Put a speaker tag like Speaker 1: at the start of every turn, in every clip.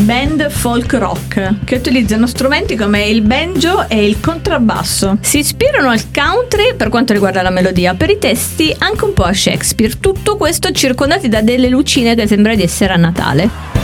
Speaker 1: band folk rock che utilizzano strumenti come il banjo e il contrabbasso. Si ispirano al country per quanto riguarda la melodia, per i testi anche un po' a Shakespeare. Tutto questo circondati da delle lucine che sembra di essere a Natale.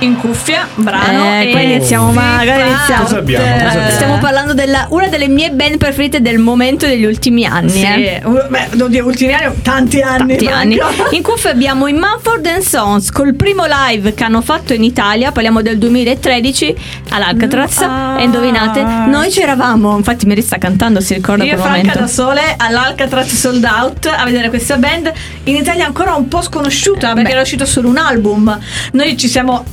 Speaker 1: In cuffia, brano.
Speaker 2: Eh,
Speaker 1: e
Speaker 2: qua iniziamo male, qua
Speaker 1: flip
Speaker 2: iniziamo.
Speaker 1: out.
Speaker 3: Cosa abbiamo? Cosa abbiamo?
Speaker 1: Stiamo
Speaker 2: Eh.
Speaker 1: parlando della una delle mie band preferite del momento e degli ultimi anni. eh.
Speaker 2: Sì, u- beh, oddio, ultimi anni, tanti anni.
Speaker 1: tanti anni.
Speaker 2: manco.
Speaker 1: In cuffia abbiamo i Manford and Sons col primo live che hanno fatto in Italia, parliamo del 2013 all'Alcatraz.
Speaker 2: Ah.
Speaker 1: E indovinate, noi c'eravamo. Infatti, Mary sta cantando, si ricorda
Speaker 2: Io e
Speaker 1: quel
Speaker 2: Franca
Speaker 1: momento.
Speaker 2: da sole all'Alcatraz Sold Out a vedere questa band in Italia ancora un po' sconosciuta perché
Speaker 1: Eh, beh.
Speaker 2: era uscito solo un album. Noi ci siamo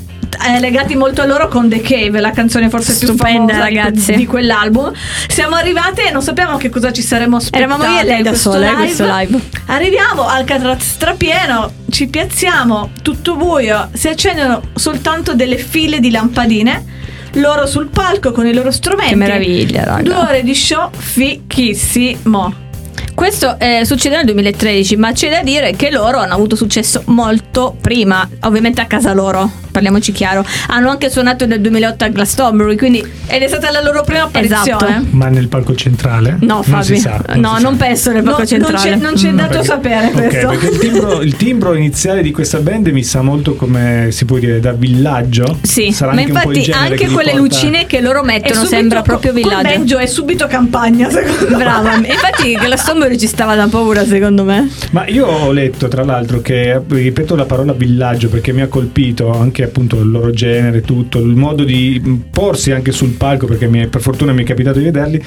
Speaker 2: eh, legati molto a loro con The Cave, la canzone forse
Speaker 1: Stupenda,
Speaker 2: più famosa di-
Speaker 1: ragazzi.
Speaker 2: Di, quell'album. Siamo arrivate e non sapevamo che cosa ci saremmo aspettate.
Speaker 1: Eravamo io e lei
Speaker 2: in
Speaker 1: da
Speaker 2: questo
Speaker 1: sole eh, questo live.
Speaker 2: Arriviamo al Alcatraz strapieno, ci piazziamo, tutto buio, si accendono soltanto delle file di lampadine. Loro sul palco con i loro strumenti.
Speaker 1: Che meraviglia, raga.
Speaker 2: Due ore di show fichissimo.
Speaker 1: Questo eh, succede nel 2013, ma c'è da dire che loro hanno avuto successo molto prima, ovviamente a casa loro, parliamoci chiaro. Hanno anche suonato nel 2008 a Glastonbury, quindi
Speaker 2: Ed è stata la loro prima apparizione.
Speaker 1: Esatto.
Speaker 3: Ma nel palco centrale?
Speaker 1: no,
Speaker 3: non
Speaker 1: Fabio.
Speaker 3: si sa.
Speaker 1: no,
Speaker 3: si
Speaker 1: non
Speaker 3: sa.
Speaker 1: penso nel
Speaker 2: No,
Speaker 1: palco
Speaker 2: Non
Speaker 1: centrale.
Speaker 2: c'è, non c'è
Speaker 3: Mm,
Speaker 2: dato
Speaker 3: perché-
Speaker 2: sapere
Speaker 3: ok,
Speaker 2: questo.
Speaker 3: perché il timbro, il timbro iniziale di questa band mi sa molto come si può dire da villaggio.
Speaker 1: Sì,
Speaker 3: Sarà
Speaker 1: ma
Speaker 3: anche un po' il
Speaker 1: infatti
Speaker 3: genere che
Speaker 1: anche
Speaker 3: li
Speaker 1: quelle
Speaker 3: porta-
Speaker 1: lucine che loro
Speaker 2: E
Speaker 1: mettono
Speaker 2: subito
Speaker 1: sembra
Speaker 2: co-
Speaker 1: proprio
Speaker 2: col
Speaker 1: villaggio.
Speaker 2: banjo è subito campagna, secondo me.
Speaker 1: Brava, infatti Glastonbury ci stava da paura secondo me.
Speaker 3: Ma io ho letto tra l'altro che, ripeto la parola villaggio perché mi ha colpito anche appunto il loro genere, tutto, il modo di mh, porsi anche sul palco perché mi è- per fortuna mi è capitato di vederli,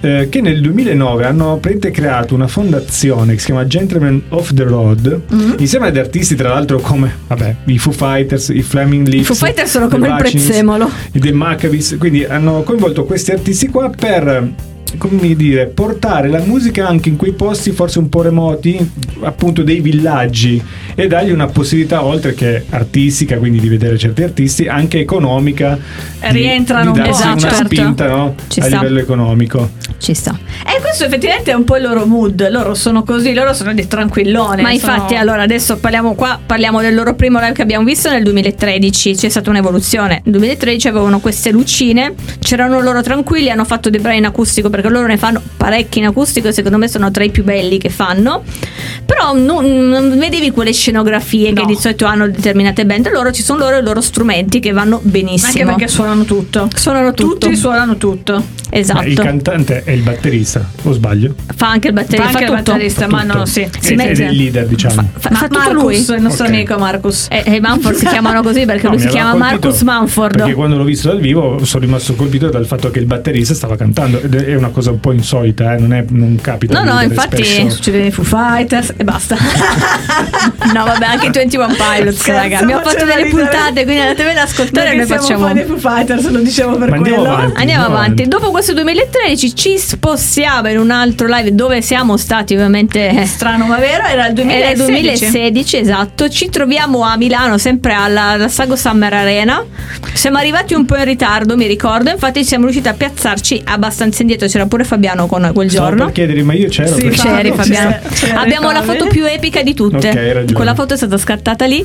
Speaker 3: eh, che nel 2009 hanno praticamente creato una fondazione che si chiama Gentlemen of the Road
Speaker 1: Mm-hmm.
Speaker 3: insieme ad artisti tra l'altro come vabbè, i Foo Fighters, i Flaming Lips.
Speaker 1: I Foo Fighters sono
Speaker 3: The
Speaker 1: come il
Speaker 3: Bacchians,
Speaker 1: prezzemolo.
Speaker 3: i The Maccabees, quindi hanno coinvolto questi artisti qua per come dire, portare la musica anche in quei posti forse un po' remoti, appunto dei villaggi e dargli una possibilità oltre che artistica, quindi di vedere certi artisti, anche economica
Speaker 2: E
Speaker 3: di-
Speaker 2: rientrano
Speaker 3: di
Speaker 2: un po',
Speaker 3: darsi una
Speaker 1: certo.
Speaker 3: spinta no?
Speaker 1: Ci
Speaker 3: a
Speaker 1: sta.
Speaker 3: livello economico.
Speaker 1: Ci sta.
Speaker 2: E questo effettivamente è un po' il loro mood. Loro sono così, loro sono dei tranquillone.
Speaker 1: Ma infatti,
Speaker 2: sono-
Speaker 1: allora adesso parliamo qua, parliamo del loro primo live che abbiamo visto nel 2013. C'è stata un'evoluzione. Nel 2013 avevano queste lucine, c'erano loro tranquilli, hanno fatto dei brani in acustico perché loro ne fanno parecchi in acustico e secondo me sono tra i più belli che fanno. Però non, non vedevi quelle scenografie
Speaker 2: No.
Speaker 1: che di solito hanno determinate band. Loro ci sono loro e i loro strumenti che vanno benissimo.
Speaker 2: Anche perché suonano tutto.
Speaker 1: suonano tutto.
Speaker 2: Tutti suonano tutto.
Speaker 1: Esatto.
Speaker 3: Il cantante è il batterista, o sbaglio?
Speaker 1: fa anche il
Speaker 2: Fa
Speaker 1: batterista, fa,
Speaker 2: anche il
Speaker 1: tutto.
Speaker 2: batterista, ma no, sì.
Speaker 1: Si
Speaker 3: Ed- ed
Speaker 1: mette-
Speaker 3: è il leader, diciamo.
Speaker 1: Fa,
Speaker 2: Ma
Speaker 1: fa tutto
Speaker 2: Marcus,
Speaker 1: lui. Eh.
Speaker 2: il nostro
Speaker 3: Ok.
Speaker 2: amico Marcus.
Speaker 1: E, e i Manford si chiamano così perché
Speaker 3: No,
Speaker 1: lui
Speaker 3: mi
Speaker 1: si
Speaker 3: aveva
Speaker 1: chiama
Speaker 3: colpito,
Speaker 1: Marcus Manford.
Speaker 3: Perché quando l'ho visto dal vivo sono rimasto colpito dal fatto che il batterista stava cantando. Ed è una cosa un po' insolita, eh, non, è- non capita.
Speaker 1: No,
Speaker 3: di
Speaker 1: no,
Speaker 3: vedere
Speaker 1: infatti-
Speaker 3: spesso.
Speaker 2: Succede nei Foo Fighters e basta.
Speaker 1: No, vabbè, anche 21 Pilots,
Speaker 2: Scherzo,
Speaker 1: raga. Abbiamo fatto
Speaker 2: faceva
Speaker 1: delle
Speaker 2: ridere.
Speaker 1: puntate, quindi andatevele ad ascoltare e
Speaker 2: Noi
Speaker 1: noi
Speaker 2: che siamo
Speaker 1: facciamo.
Speaker 2: fan dei Foo Fighters, lo dicevo per
Speaker 3: Ma andiamo
Speaker 2: quello.
Speaker 3: avanti.
Speaker 1: Andiamo
Speaker 3: No,
Speaker 1: avanti. Dopo questo 2013 ci spostiamo in un altro live dove siamo stati ovviamente eh,
Speaker 2: Strano, ma vero? Era il
Speaker 1: Era il
Speaker 2: 2016.
Speaker 1: 2016, esatto. Ci troviamo a Milano, sempre alla, alla Sago Summer Arena. Siamo arrivati un po' in ritardo, mi ricordo. Infatti, siamo riusciti a piazzarci abbastanza indietro. C'era pure Fabiano con noi quel
Speaker 3: Stavo
Speaker 1: giorno.
Speaker 3: per chiedere, ma io c'ero.
Speaker 2: Sì,
Speaker 3: perché-
Speaker 2: Fabio,
Speaker 1: C'eri
Speaker 2: ci
Speaker 1: Fabiano.
Speaker 2: sei- c'eri,
Speaker 1: Abbiamo la
Speaker 2: Fabio.
Speaker 1: foto più epica di tutte.
Speaker 3: Ok, hai ragione.
Speaker 1: Quella foto è stata scattata lì.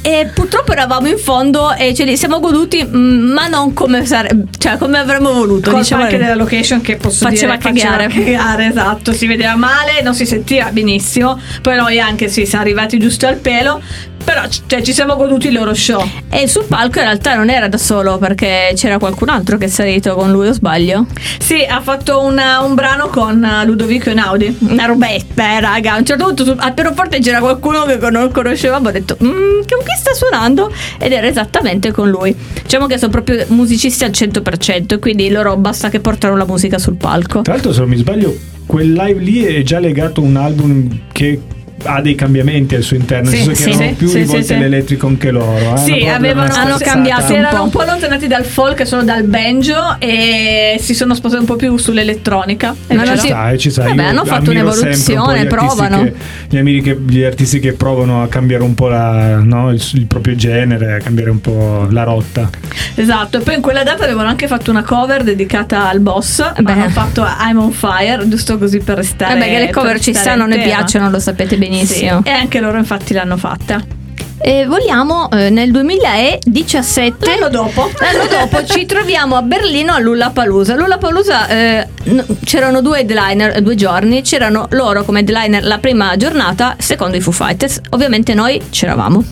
Speaker 1: E purtroppo eravamo in fondo e ce li siamo goduti, mh, ma non come, sare- cioè, come avremmo voluto.
Speaker 2: Colpa
Speaker 1: diciamo.
Speaker 2: anche della location che posso
Speaker 1: Faceva
Speaker 2: dire
Speaker 1: cagare.
Speaker 2: faceva cagare, esatto, si vedeva male, non si sentiva benissimo. Poi noi anche sì, siamo arrivati giusto al pelo, però c- cioè, ci siamo goduti il loro show.
Speaker 1: E sul palco in realtà non era da solo perché c'era qualcun altro che è salito con lui, o sbaglio?
Speaker 2: Sì, ha fatto una- un brano con eh, Ludovico Einaudi.
Speaker 1: Una robetta, eh, raga. A un certo punto su- al pianoforte c'era qualcuno che con- non conoscevamo. Ho detto, "Mm, che con chi sta suonando? Ed era esattamente con lui. Diciamo che sono proprio musicisti al 100%, quindi loro basta che portano la musica sul palco.
Speaker 3: Tra l'altro, se non mi sbaglio, quel live lì è già legato a un album che ha dei cambiamenti al suo interno, nel
Speaker 1: Sì,
Speaker 3: senso
Speaker 1: sì,
Speaker 3: che erano
Speaker 1: sì,
Speaker 3: più
Speaker 1: sì,
Speaker 3: rivolte
Speaker 1: sì, sì.
Speaker 3: all'elettrico anche loro. eh,
Speaker 2: Sì,
Speaker 3: una cosa
Speaker 2: avevano-
Speaker 3: abbastanza-
Speaker 1: hanno cambiato
Speaker 2: Si
Speaker 1: un
Speaker 2: erano
Speaker 1: po'.
Speaker 2: un po' allontanati dal folk, solo dal banjo e si sono spostati un po' più sull'elettronica. è
Speaker 1: Ma non
Speaker 2: vero?
Speaker 3: Ci
Speaker 1: sì.
Speaker 3: sta, eh, ci sta.
Speaker 1: Vabbè,
Speaker 3: Io
Speaker 1: hanno fatto
Speaker 3: ammiro
Speaker 1: un'evoluzione,
Speaker 3: sempre un po' gli artisti
Speaker 1: provano.
Speaker 3: che- gli, amici che- gli artisti che provano a cambiare un po' la- no, il, il proprio genere, a cambiare un po' la rotta.
Speaker 2: Esatto, e poi in quella data avevano anche fatto una cover dedicata al boss,
Speaker 1: Eh Beh.
Speaker 2: ma hanno fatto I'm on fire, giusto così per restare
Speaker 1: Vabbè, che le cover
Speaker 2: per
Speaker 1: ci
Speaker 2: restare
Speaker 1: stanno,
Speaker 2: in
Speaker 1: ne
Speaker 2: tema.
Speaker 1: piacciono, lo sapete benissimo.
Speaker 2: Sì, E anche loro infatti l'hanno fatta.
Speaker 1: E vogliamo eh, nel 2017
Speaker 2: L'anno dopo.
Speaker 1: L'anno dopo ci troviamo a Berlino a Lollapalooza. Lollapalooza eh, n- c'erano due headliner, eh, due giorni, c'erano loro come headliner la prima giornata, secondo i Foo Fighters. Ovviamente noi c'eravamo.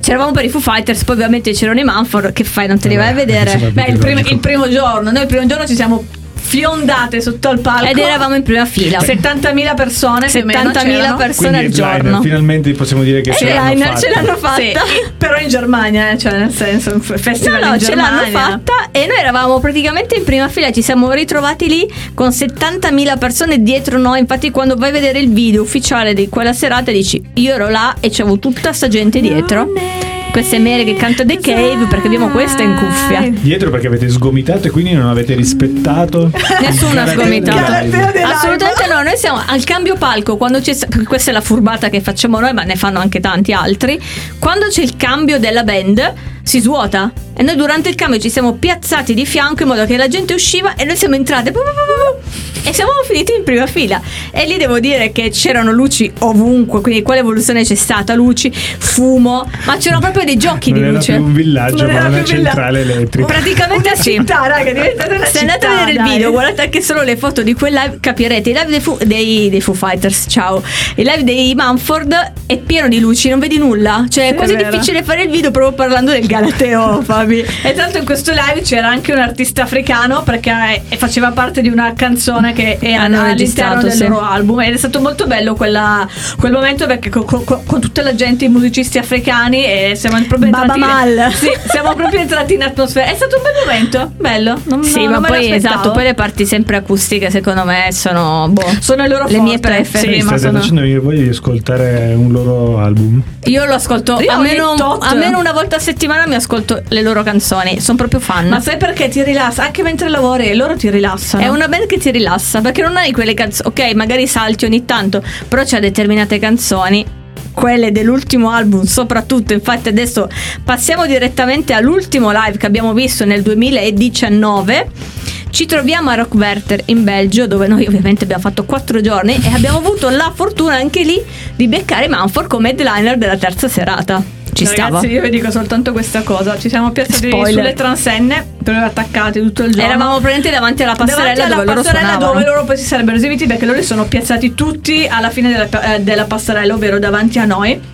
Speaker 1: C'eravamo per i Foo Fighters, poi ovviamente c'erano i Manford, che fai, non te li vai a
Speaker 3: Vabbè, Eh, insomma,
Speaker 1: vedere.
Speaker 2: Beh, il,
Speaker 3: Logico.
Speaker 2: prim- il primo giorno, noi il primo giorno ci siamo fiondate sotto al palco.
Speaker 1: Ed eravamo in prima fila.
Speaker 2: 70.000 persone, più o meno
Speaker 1: 70.000
Speaker 2: c'erano.
Speaker 1: persone al
Speaker 3: Quindi headliner,
Speaker 1: giorno.
Speaker 3: finalmente possiamo dire che ce l'hanno
Speaker 1: Headliner,
Speaker 3: fatta.
Speaker 1: ce l'hanno fatta.
Speaker 2: Sì, però in Germania, eh, cioè nel senso, un f-
Speaker 1: No,
Speaker 2: festival
Speaker 1: no,
Speaker 2: in
Speaker 1: ce
Speaker 2: Germania.
Speaker 1: l'hanno fatta e noi eravamo praticamente in prima fila, ci siamo ritrovati lì con 70.000 persone dietro noi, infatti quando vai a vedere il video ufficiale di quella serata dici io ero là e c'avevo tutta sta gente dietro. Questa è Mary che canta The Cave perché abbiamo questa in cuffia.
Speaker 3: Dietro perché avete sgomitato e quindi non avete rispettato
Speaker 1: Nessuno ha
Speaker 3: il
Speaker 1: sgomitato.
Speaker 3: carattere del live.
Speaker 1: Assolutamente no, noi siamo al cambio palco, quando c'è, perché questa è la furbata che facciamo noi, ma ne fanno anche tanti altri, quando c'è il cambio della band si svuota e noi durante il cambio ci siamo piazzati di fianco in modo che la gente usciva e noi siamo entrate pu- pu- pu- pu- e siamo finiti in prima fila e lì devo dire che c'erano luci ovunque, quindi quale evoluzione c'è stata? Luci, fumo, ma c'erano proprio dei giochi
Speaker 3: Non
Speaker 1: di
Speaker 3: era
Speaker 1: luce.
Speaker 3: più un villaggio,
Speaker 2: Non
Speaker 3: ma
Speaker 2: era
Speaker 3: una
Speaker 2: più villa-
Speaker 3: centrale elettrica.
Speaker 1: Praticamente
Speaker 2: una
Speaker 1: sì.
Speaker 2: città, raga, è diventata una
Speaker 1: Se
Speaker 2: città.
Speaker 1: andate a vedere il
Speaker 2: dai.
Speaker 1: video, guardate anche solo le foto di quel live, capirete. Il live dei Foo, dei- dei Foo Fighters, ciao. Il live dei Manford è pieno di luci, non vedi nulla. Cioè, è
Speaker 2: Sì,
Speaker 1: quasi
Speaker 2: è vero.
Speaker 1: difficile fare il video proprio parlando del Galateo, Fabi.
Speaker 2: E tra l'altro in questo live c'era anche un artista africano perché eh, faceva parte di una canzone che era all'interno
Speaker 1: Hanno Ah, registrato,
Speaker 2: del
Speaker 1: sì.
Speaker 2: loro album ed è stato molto bello quella- quel momento perché co- co- co- con tutta la gente, i musicisti africani e siamo proprio
Speaker 1: Baba
Speaker 2: entrati
Speaker 1: Mal.
Speaker 2: Sì, siamo proprio entrati in atmosfera. È stato un bel momento, bello. Non,
Speaker 1: sì,
Speaker 2: non-
Speaker 1: ma
Speaker 2: non me
Speaker 1: poi
Speaker 2: l'aspettavo.
Speaker 1: esatto, poi le parti sempre acustiche, secondo me, sono boh.
Speaker 2: sono le loro
Speaker 1: le mie
Speaker 2: forte.
Speaker 1: preferite.
Speaker 2: Sì,
Speaker 3: Sì,
Speaker 2: ma
Speaker 3: state
Speaker 2: sono-
Speaker 3: facendo venire voglia di ascoltare un loro album.
Speaker 1: Io lo ascolto
Speaker 2: Io ogni
Speaker 1: almeno,
Speaker 2: tot.
Speaker 1: almeno una volta a settimana mi ascolto le loro canzoni, sono proprio fan.
Speaker 2: Ma sai perché ti rilassa? Anche mentre lavori, loro ti rilassano.
Speaker 1: È una band che ti rilassa perché non hai quelle canzoni. Ok, magari salti ogni tanto, però c'è determinate canzoni. Quelle dell'ultimo album, soprattutto. Infatti, adesso passiamo direttamente all'ultimo live che abbiamo visto nel 2019. Ci troviamo a Rockwerter in Belgio, dove noi ovviamente abbiamo fatto quattro giorni e abbiamo avuto la fortuna anche lì di beccare Manford come headliner della terza serata. Ci stava.
Speaker 2: Ragazzi, io vi dico soltanto questa cosa. Ci siamo piazzati
Speaker 1: Spoiler.
Speaker 2: sulle transenne, però attaccate tutto il giorno.
Speaker 1: Eravamo praticamente davanti alla
Speaker 2: davanti
Speaker 1: passerella
Speaker 2: alla
Speaker 1: dove loro
Speaker 2: passerella
Speaker 1: suonavano.
Speaker 2: dove loro poi si sarebbero esibiti perché loro li sono piazzati tutti alla fine della, pa- eh, della passerella, ovvero davanti a noi.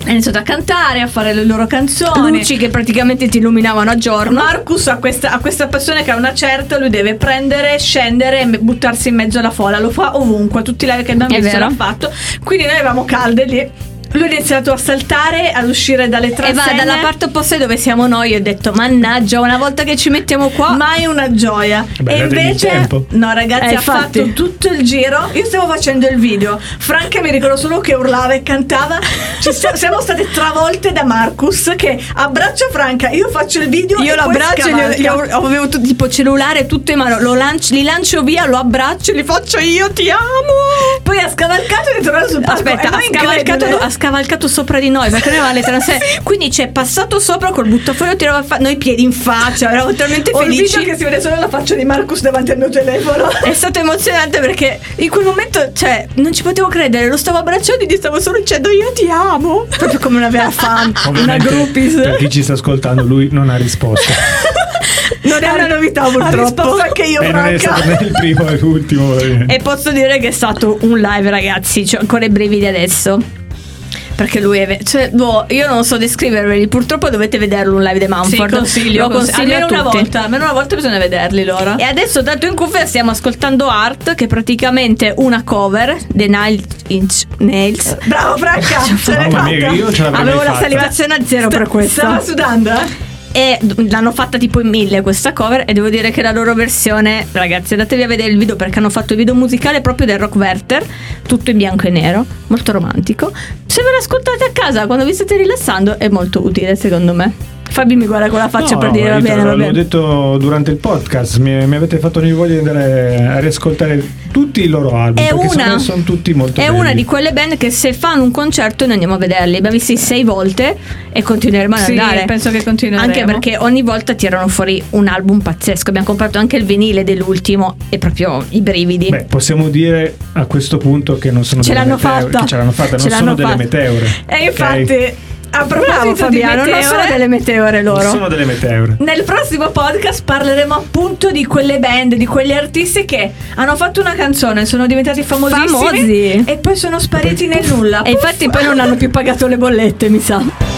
Speaker 2: Hanno iniziato a cantare, a fare le loro canzoni.
Speaker 1: Luci che praticamente ti illuminavano a giorno.
Speaker 2: Marcus ha questa, ha questa passione che ha una certa, lui deve prendere, scendere e me- buttarsi in mezzo alla folla, lo fa ovunque, tutti i live che abbiamo
Speaker 1: È
Speaker 2: visto
Speaker 1: vero.
Speaker 2: l'ha fatto, quindi noi avevamo calde lì, lui ha iniziato a saltare, ad uscire dalle
Speaker 1: E
Speaker 2: transenne
Speaker 1: va dalla parte opposta dove siamo noi. Ho detto, mannaggia, una volta che ci mettiamo qua.
Speaker 2: Ma è una gioia.
Speaker 3: Beh,
Speaker 2: e
Speaker 3: dategli il
Speaker 2: invece,
Speaker 3: tempo.
Speaker 2: no, ragazzi,
Speaker 1: Ah. Eh,
Speaker 2: ha
Speaker 1: infatti.
Speaker 2: fatto tutto il giro. Io stavo facendo il video. Franca mi ricordo solo che urlava e cantava. Ci sta- siamo state travolte da Marcus che abbraccia Franca. Io faccio il video.
Speaker 1: io
Speaker 2: e
Speaker 1: lo
Speaker 2: poi
Speaker 1: abbraccio,
Speaker 2: scavalca.
Speaker 1: gli, gli ho- avevo tutto, tipo cellulare tutto in mano, lo lancio, li lancio via, lo abbraccio, li faccio io, ti amo.
Speaker 2: Poi ha scavalcato e è tornato sul palco. E
Speaker 1: Aspetta, Ah, ha
Speaker 2: noi
Speaker 1: scavalcato,
Speaker 2: incredibile.
Speaker 1: ha scavalcato sopra di noi perché noi avevamo le transenne. Quindi c'è passato sopra col buttafuori, tirava fa- noi piedi in faccia, eravamo talmente
Speaker 2: Ho il video
Speaker 1: felici.
Speaker 2: che si vede solo la faccia di Marcus davanti al mio telefono.
Speaker 1: È stato emozionante perché in quel momento, cioè, non ci potevo credere, lo stavo abbracciando e gli stavo solo dicendo io ti amo. Proprio come una vera fan, una
Speaker 3: Ovviamente,
Speaker 1: groupies.
Speaker 3: Per chi ci sta ascoltando, lui non ha risposto.
Speaker 1: Non è una novità
Speaker 2: Ha
Speaker 1: purtroppo.
Speaker 2: risposto anche io,
Speaker 3: e non è
Speaker 2: Franca.
Speaker 3: stato né il primo e l'ultimo. ovviamente.
Speaker 1: E posso dire che è stato un live, ragazzi. C'ho ancora i brividi adesso. Perché lui è. ve- cioè, boh, io non so descriverveli. Purtroppo dovete vederlo un live di Manford. Lo consiglio
Speaker 2: almeno
Speaker 1: a
Speaker 2: una
Speaker 1: tutti.
Speaker 2: volta. Almeno una volta bisogna vederli loro.
Speaker 1: E adesso, tanto in cuffia, stiamo ascoltando Art, che è praticamente una cover, The Nile Inch Nails.
Speaker 2: Bravo Franca, ce l'hai
Speaker 3: Mamma mia,
Speaker 2: fatta.
Speaker 3: io ce l'avrei
Speaker 1: Avevo
Speaker 3: mai
Speaker 1: la
Speaker 3: fatta.
Speaker 1: salivazione a zero
Speaker 2: Sta-
Speaker 1: per questo.
Speaker 2: Stava sudando, eh?
Speaker 1: E d- l'hanno fatta tipo in mille questa cover e devo dire che la loro versione, ragazzi, andatevi a vedere il video perché hanno fatto il video musicale proprio del Rock Werther, tutto in bianco e nero, molto romantico. Se ve lo ascoltate a casa quando vi state rilassando è molto utile secondo me. Fabi mi guarda con la faccia
Speaker 3: No,
Speaker 1: per dire
Speaker 3: no,
Speaker 1: va
Speaker 3: io te
Speaker 1: bene, va
Speaker 3: L'ho
Speaker 1: bene.
Speaker 3: detto durante il podcast, mi, mi avete fatto venire voglia di andare a riascoltare tutti i loro album.
Speaker 1: È
Speaker 3: perché secondo
Speaker 1: una,
Speaker 3: me sono tutti molto
Speaker 1: è
Speaker 3: belli.
Speaker 1: una di quelle band che se fanno un concerto noi andiamo a vederli. Abbiamo visti sei volte e continueremo ad
Speaker 2: Sì,
Speaker 1: andare.
Speaker 2: penso che continueremo.
Speaker 1: Anche perché ogni volta tirano fuori un album pazzesco. Abbiamo comprato anche il vinile dell'ultimo e proprio i brividi.
Speaker 3: Beh, possiamo dire a questo punto che non sono
Speaker 1: Ce
Speaker 3: delle
Speaker 1: l'hanno
Speaker 3: meteore,
Speaker 1: fatta.
Speaker 3: che ce l'hanno fatta, non
Speaker 1: Ce
Speaker 3: sono
Speaker 1: l'hanno
Speaker 3: delle
Speaker 1: fatta. Eh,
Speaker 3: meteore.
Speaker 2: E
Speaker 3: ok?
Speaker 2: infatti, a proposito
Speaker 1: Bravo
Speaker 2: di eh.
Speaker 1: Fabiano,
Speaker 2: meteore,
Speaker 1: non sono delle meteore
Speaker 3: non
Speaker 1: loro.
Speaker 3: sono delle meteore.
Speaker 2: Nel prossimo podcast parleremo appunto di quelle band, di quegli artisti che hanno fatto una canzone, sono diventati famosissimi
Speaker 1: Famosi.
Speaker 2: e poi sono spariti nel nulla.
Speaker 1: E infatti poi non hanno più pagato le bollette, mi sa.